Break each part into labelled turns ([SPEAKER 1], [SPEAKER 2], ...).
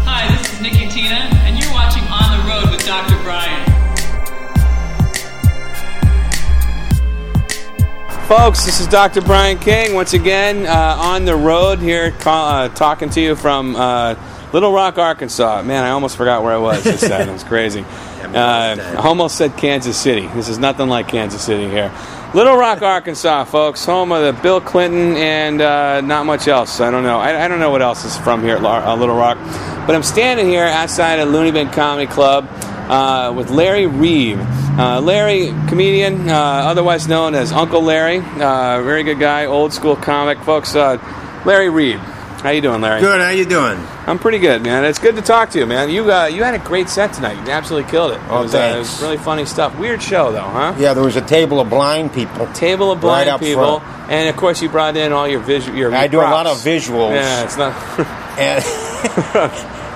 [SPEAKER 1] is Nicotina, and you're watching On the Road with Dr. Brian.
[SPEAKER 2] Folks, this is Dr. Brian King once again uh, on the road here, ca- uh, talking to you from uh, Little Rock, Arkansas. Man, I almost forgot where I was this time. It's crazy. Uh, I almost said Kansas City. This is nothing like Kansas City here. Little Rock, Arkansas, folks, home of the Bill Clinton and uh, not much else. I don't know. I, I don't know what else is from here at Lar- uh, Little Rock. But I'm standing here outside of Looney Bin Comedy Club uh, with Larry Reeve. Uh, Larry, comedian, uh, otherwise known as Uncle Larry, uh, very good guy, old school comic, folks. Uh, Larry Reeve, how you doing, Larry?
[SPEAKER 3] Good. How you doing?
[SPEAKER 2] I'm pretty good, man. It's good to talk to you, man. You uh, you had a great set tonight. You absolutely killed it.
[SPEAKER 3] Oh,
[SPEAKER 2] it, was, uh, it
[SPEAKER 3] thanks.
[SPEAKER 2] was really funny stuff. Weird show though, huh?
[SPEAKER 3] Yeah, there was a table of blind people.
[SPEAKER 2] Table of blind
[SPEAKER 3] Right up
[SPEAKER 2] people,
[SPEAKER 3] front.
[SPEAKER 2] and of course you brought in all your visual. Your
[SPEAKER 3] I do a lot
[SPEAKER 2] props.
[SPEAKER 3] of visuals.
[SPEAKER 2] Yeah, it's not.
[SPEAKER 3] And,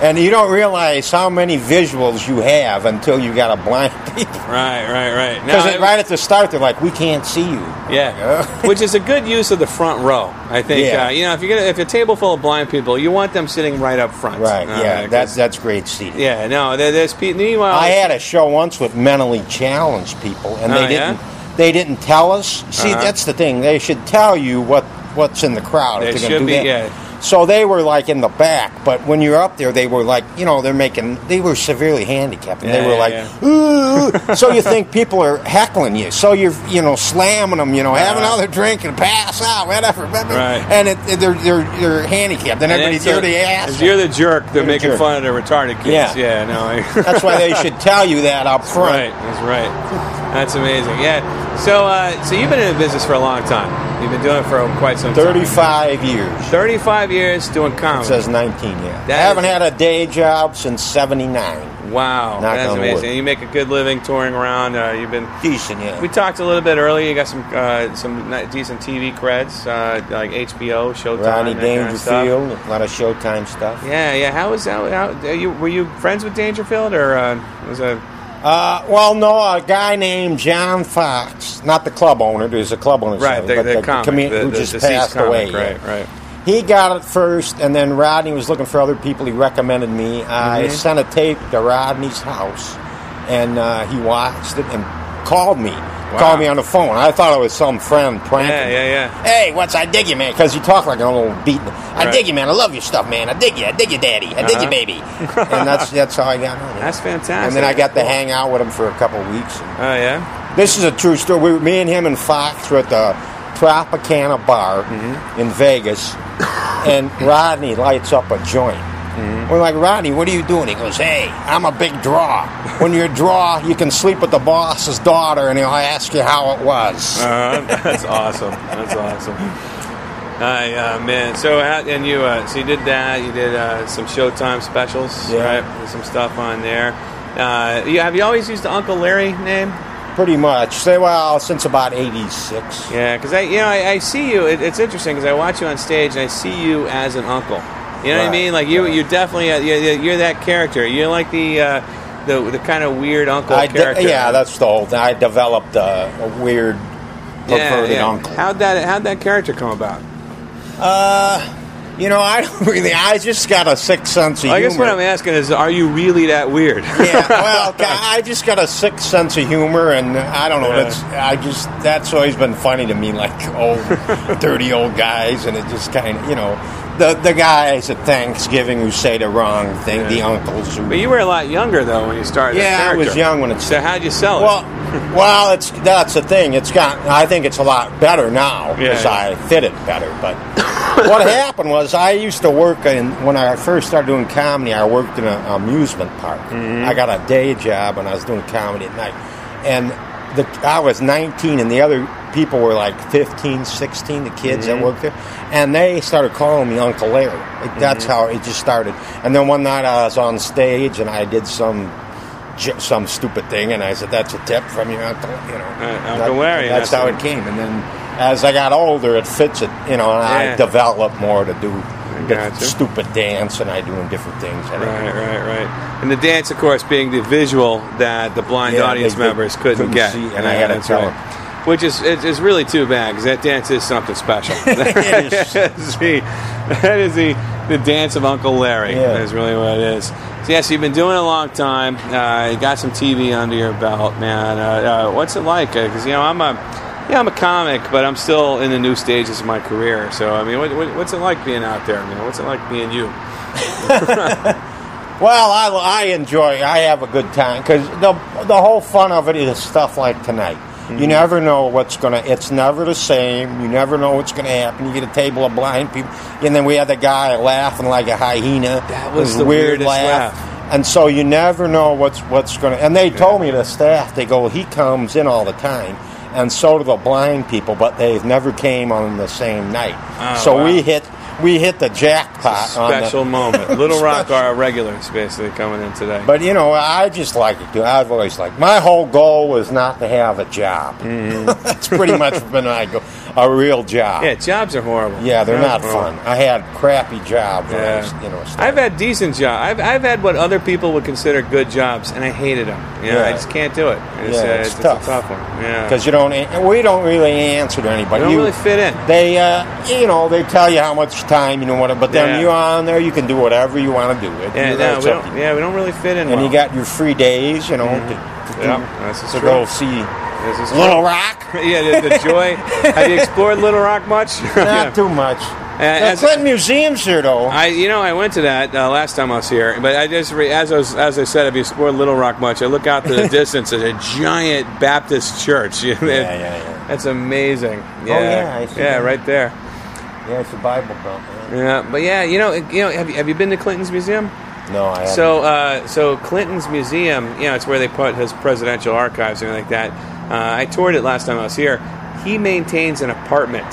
[SPEAKER 3] and you don't realize how many visuals you have until you got a blind people.
[SPEAKER 2] right, right, right. No,
[SPEAKER 3] Because
[SPEAKER 2] it-
[SPEAKER 3] right at the start, they're like, "We can't see you."
[SPEAKER 2] Yeah, which is a good use of the front row. I think
[SPEAKER 3] Yeah.
[SPEAKER 2] uh, you know if you get a, if a table full of blind people, you want them sitting right up front.
[SPEAKER 3] Right.
[SPEAKER 2] Uh,
[SPEAKER 3] yeah.
[SPEAKER 2] 'cause-
[SPEAKER 3] That's that's great seating.
[SPEAKER 2] yeah. No, there, there's pe- meanwhile.
[SPEAKER 3] I had a show once with mentally challenged people, and
[SPEAKER 2] Oh,
[SPEAKER 3] they
[SPEAKER 2] yeah?
[SPEAKER 3] didn't they didn't tell us. See,
[SPEAKER 2] Uh-huh.
[SPEAKER 3] that's the thing. They should tell you what what's in the crowd.
[SPEAKER 2] They
[SPEAKER 3] if they're gonna
[SPEAKER 2] should
[SPEAKER 3] do
[SPEAKER 2] be,
[SPEAKER 3] that.
[SPEAKER 2] yeah.
[SPEAKER 3] So they were like in the back, but when you're up there, they were like, you know, they're making, they were severely handicapped, and
[SPEAKER 2] Yeah,
[SPEAKER 3] they were
[SPEAKER 2] yeah,
[SPEAKER 3] like,
[SPEAKER 2] yeah.
[SPEAKER 3] ooh. so you think people are heckling you? So you're, you know, slamming them, you know, have
[SPEAKER 2] Uh-huh.
[SPEAKER 3] another drink and pass out, whatever.
[SPEAKER 2] Right.
[SPEAKER 3] And it, they're they're they're handicapped,
[SPEAKER 2] and
[SPEAKER 3] and, everybody's
[SPEAKER 2] if
[SPEAKER 3] there to
[SPEAKER 2] you're-
[SPEAKER 3] ask.
[SPEAKER 2] If you're the jerk, they're
[SPEAKER 3] the
[SPEAKER 2] making
[SPEAKER 3] jerk.
[SPEAKER 2] fun of the retarded kids.
[SPEAKER 3] Yeah.
[SPEAKER 2] Yeah. No. I-
[SPEAKER 3] That's why they should tell you that up front.
[SPEAKER 2] right. That's right. That's amazing. Yeah. So uh, so you've been in the business for a long time. You've been doing it for quite some time.
[SPEAKER 3] 35 years.
[SPEAKER 2] Thirty-five years doing comedy.
[SPEAKER 3] It says 19, yeah.
[SPEAKER 2] That
[SPEAKER 3] I haven't
[SPEAKER 2] is-
[SPEAKER 3] had a day job since 79.
[SPEAKER 2] wow.
[SPEAKER 3] Knock
[SPEAKER 2] That's
[SPEAKER 3] on wood.
[SPEAKER 2] amazing. And you make a good living touring around. Uh, you've been
[SPEAKER 3] Decent, yeah.
[SPEAKER 2] We talked a little bit earlier. You got some uh, some ni- decent TV creds, uh, like HBO, Showtime,
[SPEAKER 3] Ronnie
[SPEAKER 2] that kind of stuff.
[SPEAKER 3] Dangerfield, a lot of Showtime stuff.
[SPEAKER 2] yeah, yeah. How was that? How, are you, were you friends with Dangerfield, or uh, was a
[SPEAKER 3] Uh, well, no, a guy named John Fox, not the club owner, there's a club owner,
[SPEAKER 2] right? The,
[SPEAKER 3] but
[SPEAKER 2] the, comic,
[SPEAKER 3] commu-
[SPEAKER 2] the,
[SPEAKER 3] who
[SPEAKER 2] the
[SPEAKER 3] just
[SPEAKER 2] deceased
[SPEAKER 3] passed
[SPEAKER 2] comic,
[SPEAKER 3] away. yeah.
[SPEAKER 2] Right, right.
[SPEAKER 3] He got it first, and then Rodney was looking for other people. He recommended me. I
[SPEAKER 2] Mhm.
[SPEAKER 3] sent a tape to Rodney's house, and uh, he watched it and called me. Called me on the phone. I thought it was some friend pranking.
[SPEAKER 2] Yeah,
[SPEAKER 3] me.
[SPEAKER 2] yeah, yeah.
[SPEAKER 3] Hey, what's I dig you, man? Because you talk like an old beat. I
[SPEAKER 2] Right.
[SPEAKER 3] dig you, man. I love your stuff, man. I dig you. I dig you, daddy. I dig
[SPEAKER 2] Uh-huh.
[SPEAKER 3] you, baby. and that's that's how I got on. it.
[SPEAKER 2] That's fantastic.
[SPEAKER 3] And then I got to hang out with him for a couple weeks.
[SPEAKER 2] Oh yeah.
[SPEAKER 3] This is a true story. We, were- me and him and Fox were at the Tropicana bar
[SPEAKER 2] Mm-hmm.
[SPEAKER 3] in Vegas, and Rodney lights up a joint.
[SPEAKER 2] Mm-hmm.
[SPEAKER 3] We're like, Rodney, what are you doing? He goes, Hey, I'm a big draw. When you're a draw, you can sleep with the boss's daughter, and he'll ask you how it was.
[SPEAKER 2] Uh, that's awesome. That's awesome. I uh, man. So how, and you uh, so you did that. You did uh, some Showtime specials,
[SPEAKER 3] Yeah.
[SPEAKER 2] right? There's some stuff on there. Uh, you, have you always used the Uncle Larry name?
[SPEAKER 3] Pretty much. Say, well, since about '86.
[SPEAKER 2] Yeah, because I, you know, I, I see you. It, it's interesting because I watch you on stage and I see you as an uncle. You know what I
[SPEAKER 3] Right,
[SPEAKER 2] mean? Like you,
[SPEAKER 3] right.
[SPEAKER 2] you definitely, uh, you're, you're that character. You're like the, uh, the, the kind of weird uncle
[SPEAKER 3] I de-
[SPEAKER 2] character.
[SPEAKER 3] yeah, that's the whole thing. I developed a, a weird,
[SPEAKER 2] Yeah,
[SPEAKER 3] perverted
[SPEAKER 2] yeah.
[SPEAKER 3] uncle.
[SPEAKER 2] How'd that, how'd that character come about?
[SPEAKER 3] Uh, you know, I don't really. I just got a sick sense of humor.
[SPEAKER 2] I guess what I'm asking is, are you really that weird?
[SPEAKER 3] yeah, well, I just got a sick sense of humor, and I don't know.
[SPEAKER 2] Yeah.
[SPEAKER 3] That's I just that's always been funny to me, like old, dirty old guys, and it just kind of you know, the the guys at Thanksgiving who say the wrong thing, the
[SPEAKER 2] Yeah.
[SPEAKER 3] uncles who
[SPEAKER 2] but you were a lot younger though when you started. that
[SPEAKER 3] Yeah, I was
[SPEAKER 2] character.
[SPEAKER 3] young when it
[SPEAKER 2] So how'd you sell it?
[SPEAKER 3] Well, well, it's that's the thing. It's got. I think it's a lot better now
[SPEAKER 2] Yeah,
[SPEAKER 3] because
[SPEAKER 2] yeah.
[SPEAKER 3] I fit it better. But what happened was I used to work in when I first started doing comedy. I worked in an amusement park.
[SPEAKER 2] Mm-hmm.
[SPEAKER 3] I got a day job and I was doing comedy at night. And the, I was 19, and the other people were like 15, 16. The kids
[SPEAKER 2] Mm-hmm.
[SPEAKER 3] that worked there, and they started calling me Uncle Larry. Like, that's
[SPEAKER 2] Mm-hmm.
[SPEAKER 3] how it just started. And then one night I was on stage and I did some j- some stupid thing, and I said, "That's a tip from your uncle," you know.
[SPEAKER 2] Uh, Uncle Larry,
[SPEAKER 3] That's,
[SPEAKER 2] that's
[SPEAKER 3] how
[SPEAKER 2] it.
[SPEAKER 3] it came, and then as I got older, it fits it, you know. And
[SPEAKER 2] Yeah.
[SPEAKER 3] I developed more to do the
[SPEAKER 2] gotcha.
[SPEAKER 3] stupid dance, and I doing different things. I don't know.
[SPEAKER 2] Right, right, right. And the dance, of course, being the visual that the blind
[SPEAKER 3] Yeah,
[SPEAKER 2] audience
[SPEAKER 3] they could-
[SPEAKER 2] members couldn't,
[SPEAKER 3] couldn't
[SPEAKER 2] get.
[SPEAKER 3] see, and I had to
[SPEAKER 2] that's
[SPEAKER 3] tell
[SPEAKER 2] right.
[SPEAKER 3] 'em.
[SPEAKER 2] Which is it's, it's really too bad because that dance is something special.
[SPEAKER 3] It is.
[SPEAKER 2] That is the, that is the, the dance of Uncle Larry.
[SPEAKER 3] Yeah.
[SPEAKER 2] That's really what it is. So yes, you've been doing it a long time. Uh, you got some TV under your belt, man. Uh, uh, what's it like? Because you know I'm a, yeah, I'm a comic, but I'm still in the new stages of my career. So I mean, what, what, what's it like being out there, man? What's it like being you?
[SPEAKER 3] Well, I, I enjoy. I have a good time because the the whole fun of it is stuff like tonight.
[SPEAKER 2] Mm-hmm.
[SPEAKER 3] You never know what's gonna. It's never the same. You never know what's gonna happen. You get a table of blind people, and then we had the guy laughing like a hyena.
[SPEAKER 2] That was
[SPEAKER 3] His
[SPEAKER 2] the
[SPEAKER 3] weird
[SPEAKER 2] weirdest
[SPEAKER 3] laugh.
[SPEAKER 2] laugh.
[SPEAKER 3] And so you never know what's what's gonna. And they told me the staff. They go, he comes in all the time, and so do the blind people, but they've never came on the same night.
[SPEAKER 2] Oh,
[SPEAKER 3] so
[SPEAKER 2] wow.
[SPEAKER 3] we hit we hit the jackpot. on the-
[SPEAKER 2] Special moment. Little Rock are our regulars, basically coming in today.
[SPEAKER 3] but you know, I just like it too. I've always liked. My whole goal was not to have a job. That's pretty much been my goal. A real job.
[SPEAKER 2] Mm-hmm. yeah, jobs are horrible.
[SPEAKER 3] Yeah, they're not
[SPEAKER 2] horrible.
[SPEAKER 3] fun. I had crappy jobs. When I was, you know,
[SPEAKER 2] I've had decent jobs. I've, I've had what other people would consider good jobs, and I hated them. You know, I
[SPEAKER 3] Yeah.
[SPEAKER 2] just can't do it. It's,
[SPEAKER 3] Yeah,
[SPEAKER 2] uh,
[SPEAKER 3] it's
[SPEAKER 2] it's, it's
[SPEAKER 3] tough.
[SPEAKER 2] a tough one. Yeah,
[SPEAKER 3] because you don't. an- We don't really answer to
[SPEAKER 2] you
[SPEAKER 3] anybody.
[SPEAKER 2] don't
[SPEAKER 3] You-
[SPEAKER 2] really fit in.
[SPEAKER 3] They, uh, you know, they tell you how much time you know what, but then
[SPEAKER 2] Yeah.
[SPEAKER 3] you're on there. You can do whatever you want to do. It.
[SPEAKER 2] Yeah,
[SPEAKER 3] you
[SPEAKER 2] no,
[SPEAKER 3] know,
[SPEAKER 2] we
[SPEAKER 3] it's up
[SPEAKER 2] don't.
[SPEAKER 3] to
[SPEAKER 2] Yeah, we don't really fit in.
[SPEAKER 3] you. and
[SPEAKER 2] well. Mm-hmm.
[SPEAKER 3] you got your free days. You know, to, to, do-
[SPEAKER 2] Yeah, that's just
[SPEAKER 3] to
[SPEAKER 2] true.
[SPEAKER 3] go see
[SPEAKER 2] This is
[SPEAKER 3] Little Rock.
[SPEAKER 2] yeah, the, the joy. Have you explored Little Rock much?
[SPEAKER 3] Not
[SPEAKER 2] Yeah. Uh,
[SPEAKER 3] too much. the
[SPEAKER 2] as-
[SPEAKER 3] Clinton Museum's here, though.
[SPEAKER 2] I, you know, I went to that uh, last time I was here, but I just, re- as I was, as I said, if you explored Little Rock much, I look out to the distance at a giant Baptist church. yeah,
[SPEAKER 3] yeah, yeah.
[SPEAKER 2] That's amazing. Yeah,
[SPEAKER 3] yeah, I see
[SPEAKER 2] yeah,
[SPEAKER 3] that.
[SPEAKER 2] right there.
[SPEAKER 3] yeah, it's a Bible belt. man.
[SPEAKER 2] Yeah, but yeah, you know, you know, have you, have you been to Clinton's museum?
[SPEAKER 3] No, I haven't.
[SPEAKER 2] So, uh, so Clinton's museum, you know, it's where they put his presidential archives and everything like that. Uh, I toured it last time I was here. He maintains an apartment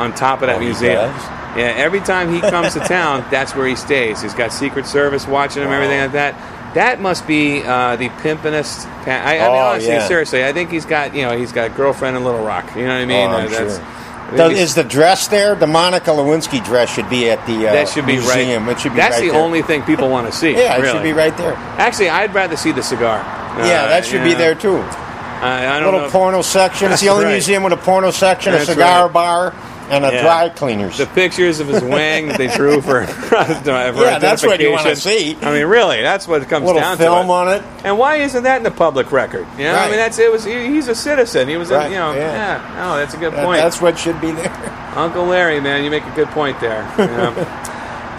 [SPEAKER 2] on top of that
[SPEAKER 3] Oh, he
[SPEAKER 2] museum.
[SPEAKER 3] does?
[SPEAKER 2] Yeah, every time he comes to town, that's where he stays. He's got Secret Service watching him,
[SPEAKER 3] Wow.
[SPEAKER 2] everything like that. That must be uh, the pimpinest. Pa- I, I mean,
[SPEAKER 3] Oh,
[SPEAKER 2] honestly,
[SPEAKER 3] yeah.
[SPEAKER 2] seriously, I think he's got you know he's got a girlfriend in Little Rock. You know what I mean?
[SPEAKER 3] Oh, I'm
[SPEAKER 2] Uh, that's-
[SPEAKER 3] sure.
[SPEAKER 2] I think
[SPEAKER 3] Does-
[SPEAKER 2] he's-
[SPEAKER 3] is the dress there? The Monica Lewinsky dress should be at the uh,
[SPEAKER 2] that should be
[SPEAKER 3] museum.
[SPEAKER 2] right.
[SPEAKER 3] It should be
[SPEAKER 2] that's
[SPEAKER 3] right
[SPEAKER 2] the
[SPEAKER 3] there.
[SPEAKER 2] only thing people want to see.
[SPEAKER 3] Yeah, it
[SPEAKER 2] really.
[SPEAKER 3] should be right there.
[SPEAKER 2] Actually, I'd rather see the cigar.
[SPEAKER 3] yeah,
[SPEAKER 2] Uh,
[SPEAKER 3] that should be
[SPEAKER 2] yeah.
[SPEAKER 3] there too.
[SPEAKER 2] I, I don't know.
[SPEAKER 3] Little
[SPEAKER 2] if-
[SPEAKER 3] porno section. It's the only
[SPEAKER 2] right.
[SPEAKER 3] museum with a porno section,
[SPEAKER 2] That's
[SPEAKER 3] a cigar
[SPEAKER 2] right.
[SPEAKER 3] bar, and a
[SPEAKER 2] Yeah.
[SPEAKER 3] dry cleaners.
[SPEAKER 2] the pictures of his wang that they drew for, for
[SPEAKER 3] Yeah, that's what you wanna
[SPEAKER 2] identification.
[SPEAKER 3] see.
[SPEAKER 2] I mean, really, that's what it comes
[SPEAKER 3] Little
[SPEAKER 2] down
[SPEAKER 3] film
[SPEAKER 2] to. it.
[SPEAKER 3] on it.
[SPEAKER 2] And why isn't that in the public record? You know, I
[SPEAKER 3] Right.
[SPEAKER 2] mean, that's it was. He, he's a citizen. He was, a,
[SPEAKER 3] Right,
[SPEAKER 2] you know, yeah.
[SPEAKER 3] yeah.
[SPEAKER 2] No, that's a good
[SPEAKER 3] That-
[SPEAKER 2] point.
[SPEAKER 3] that's what should be there.
[SPEAKER 2] Uncle Larry, man, you make a good point there. you know.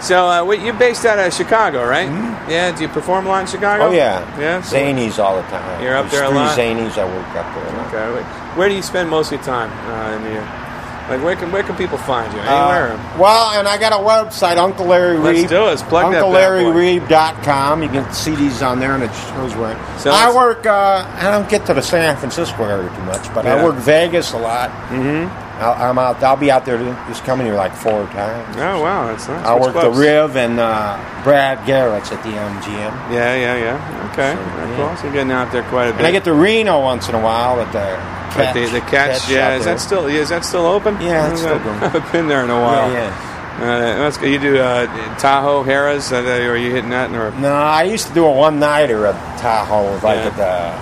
[SPEAKER 2] so uh, what- you're based out of Chicago, right? Yeah. Do you perform a lot in Chicago?
[SPEAKER 3] Mm-hmm. Oh yeah,
[SPEAKER 2] Yeah. so-
[SPEAKER 3] Zanies all the time.
[SPEAKER 2] You're up
[SPEAKER 3] There's
[SPEAKER 2] there a
[SPEAKER 3] three
[SPEAKER 2] lot?
[SPEAKER 3] Zanies I work up there. a lot.
[SPEAKER 2] Okay. wait. Where do you spend most of your time uh, in the year? Like where can where can people find you? Anywhere?
[SPEAKER 3] Uh, well, and I got a website, Uncle Larry
[SPEAKER 2] Let's
[SPEAKER 3] Reeb.
[SPEAKER 2] do it. Let's plug that bad
[SPEAKER 3] UncleLarryReeb.com. You can see these on there, and it shows where.
[SPEAKER 2] So
[SPEAKER 3] I
[SPEAKER 2] it's-
[SPEAKER 3] work. Uh, I don't get to the San Francisco area too much, but
[SPEAKER 2] Yeah.
[SPEAKER 3] I work Vegas a lot. Mm-hmm. I'll, I'm out. I'll be out there this coming year like four times.
[SPEAKER 2] oh wow, that's nice.
[SPEAKER 3] I
[SPEAKER 2] Which
[SPEAKER 3] work
[SPEAKER 2] clubs?
[SPEAKER 3] the Riv and uh, Brad Garrett's at the MGM,
[SPEAKER 2] Yeah, yeah, yeah. Okay.
[SPEAKER 3] So,
[SPEAKER 2] Very
[SPEAKER 3] yeah.
[SPEAKER 2] cool. So you're getting out there quite a bit.
[SPEAKER 3] and I get to Reno once in a while at the
[SPEAKER 2] But
[SPEAKER 3] catch,
[SPEAKER 2] the, the catch,
[SPEAKER 3] shop
[SPEAKER 2] yeah, is
[SPEAKER 3] there.
[SPEAKER 2] that still is that still open?
[SPEAKER 3] Yeah, it's
[SPEAKER 2] I
[SPEAKER 3] still going.
[SPEAKER 2] haven't been there in a while.
[SPEAKER 3] yeah, yeah.
[SPEAKER 2] Uh, that's good. You do uh, Tahoe, Harrah's. Uh, are you hitting that? Or
[SPEAKER 3] No, I used to do a one nighter at Tahoe, like
[SPEAKER 2] Yeah.
[SPEAKER 3] at the uh,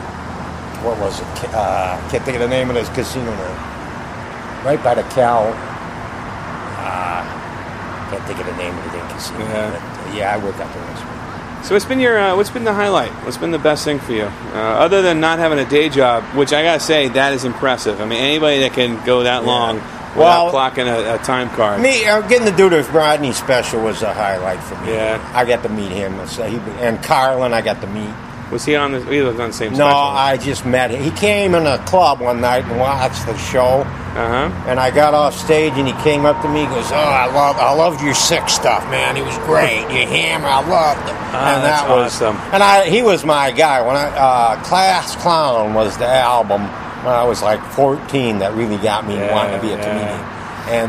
[SPEAKER 3] what was it? Ca- Uh, can't think of the name of this casino now. Right by the Cal. Uh, can't think of the name of the damn casino.
[SPEAKER 2] Yeah.
[SPEAKER 3] but, uh, yeah I work out there once. a week.
[SPEAKER 2] so, what's been your uh, what's been the highlight? What's been the best thing for you, uh, other than not having a day job? Which I gotta say, that is impressive. I mean, anybody that can go that long
[SPEAKER 3] Well-
[SPEAKER 2] without clocking a, a time card.
[SPEAKER 3] Me uh, getting to do the Rodney special was a highlight for me.
[SPEAKER 2] Yeah.
[SPEAKER 3] I got to meet him, so he, and Carlin. I got to meet.
[SPEAKER 2] was he on the? He was on the same.
[SPEAKER 3] No, I just met him. He came in a club one night and watched the show.
[SPEAKER 2] Uh huh.
[SPEAKER 3] And I got off stage, and he came up to me. He goes, "Oh, I love, I loved your sick stuff, man. It was great. Your hammer, I loved it."
[SPEAKER 2] Ah,
[SPEAKER 3] and
[SPEAKER 2] that's
[SPEAKER 3] that was
[SPEAKER 2] awesome.
[SPEAKER 3] And I, he was my guy. When I, uh, Class Clown was the album when I was like 14 that really got me
[SPEAKER 2] Yeah,
[SPEAKER 3] wanting to be a
[SPEAKER 2] yeah.
[SPEAKER 3] comedian.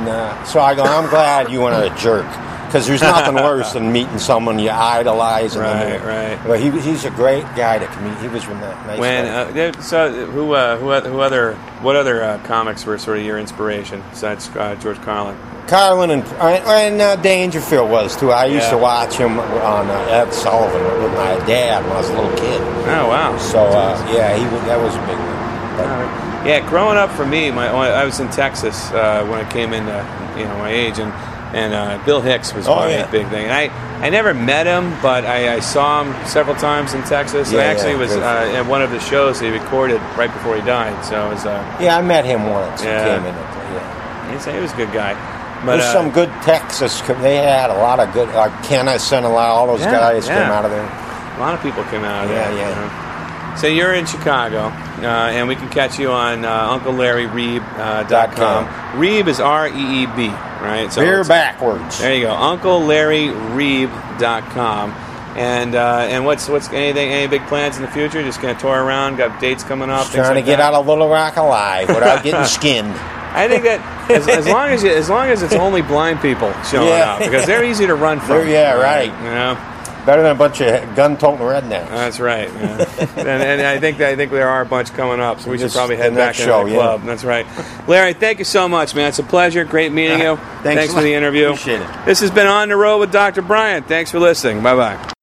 [SPEAKER 3] And uh, so I go, "I'm glad you weren't a jerk." Because there's nothing worse than meeting someone you idolize. And then-
[SPEAKER 2] Right, right.
[SPEAKER 3] But he, he's a great guy to comedian. He was one of that nice
[SPEAKER 2] When
[SPEAKER 3] guy.
[SPEAKER 2] uh, there- so who uh, who oth- who other what other uh, comics were sort of your inspiration besides uh, George Carlin?
[SPEAKER 3] Carlin and and uh, Dangerfield was too. I used
[SPEAKER 2] Yeah.
[SPEAKER 3] to watch him on uh, Ed Sullivan with my dad when I was a little kid.
[SPEAKER 2] Oh wow!
[SPEAKER 3] So uh, yeah, he was, that was a big one. But,
[SPEAKER 2] Yeah, growing up for me, my I was in Texas uh, when I came into you know my age, and And uh, Bill Hicks was
[SPEAKER 3] Oh,
[SPEAKER 2] one of
[SPEAKER 3] yeah.
[SPEAKER 2] that big thing. And I, I never met him, but I, I saw him several times in Texas.
[SPEAKER 3] Yeah,
[SPEAKER 2] and I
[SPEAKER 3] yeah,
[SPEAKER 2] actually was
[SPEAKER 3] good.
[SPEAKER 2] uh, at one of the shows he recorded right before he died. So it was, uh,
[SPEAKER 3] Yeah, I met him once.
[SPEAKER 2] Yeah.
[SPEAKER 3] He came in. Yeah.
[SPEAKER 2] he'd say he was a good guy. But
[SPEAKER 3] There's
[SPEAKER 2] uh,
[SPEAKER 3] some good Texas. co- They had a lot of good. Like Kennison, a lot. All those
[SPEAKER 2] Yeah,
[SPEAKER 3] guys
[SPEAKER 2] yeah.
[SPEAKER 3] came out of there.
[SPEAKER 2] a lot of people came out of
[SPEAKER 3] Yeah,
[SPEAKER 2] there.
[SPEAKER 3] yeah.
[SPEAKER 2] you know. So you're in Chicago, uh, and we can catch you on uh, UncleLarryReeb.com. Uh, dot
[SPEAKER 3] com.
[SPEAKER 2] com. Reeb is R E E B, right? So
[SPEAKER 3] Beer
[SPEAKER 2] it's-
[SPEAKER 3] backwards.
[SPEAKER 2] There you go. UncleLarryReeb.com. And uh, and what's what's anything any big plans in the future? Just gonna tour around. Got dates coming up.
[SPEAKER 3] Just trying to get out of Little Rock alive without getting skinned.
[SPEAKER 2] I think that as, as long as you, as long as it's only blind people showing
[SPEAKER 3] Yeah.
[SPEAKER 2] up because they're easy to run from.
[SPEAKER 3] They're- yeah, right.
[SPEAKER 2] You know
[SPEAKER 3] Better than a bunch of gun-toting rednecks.
[SPEAKER 2] that's right. yeah. and, and I think that, I think there are a bunch coming up, so we should
[SPEAKER 3] This-
[SPEAKER 2] probably head
[SPEAKER 3] the
[SPEAKER 2] back
[SPEAKER 3] next
[SPEAKER 2] to
[SPEAKER 3] show,
[SPEAKER 2] the
[SPEAKER 3] yeah.
[SPEAKER 2] club. That's right. Larry, thank you so much, man. It's a pleasure. Great meeting you.
[SPEAKER 3] Thanks a
[SPEAKER 2] for the
[SPEAKER 3] lot.
[SPEAKER 2] interview.
[SPEAKER 3] Appreciate it.
[SPEAKER 2] This has been on the road with Dr. Brian. Thanks for listening. Bye bye.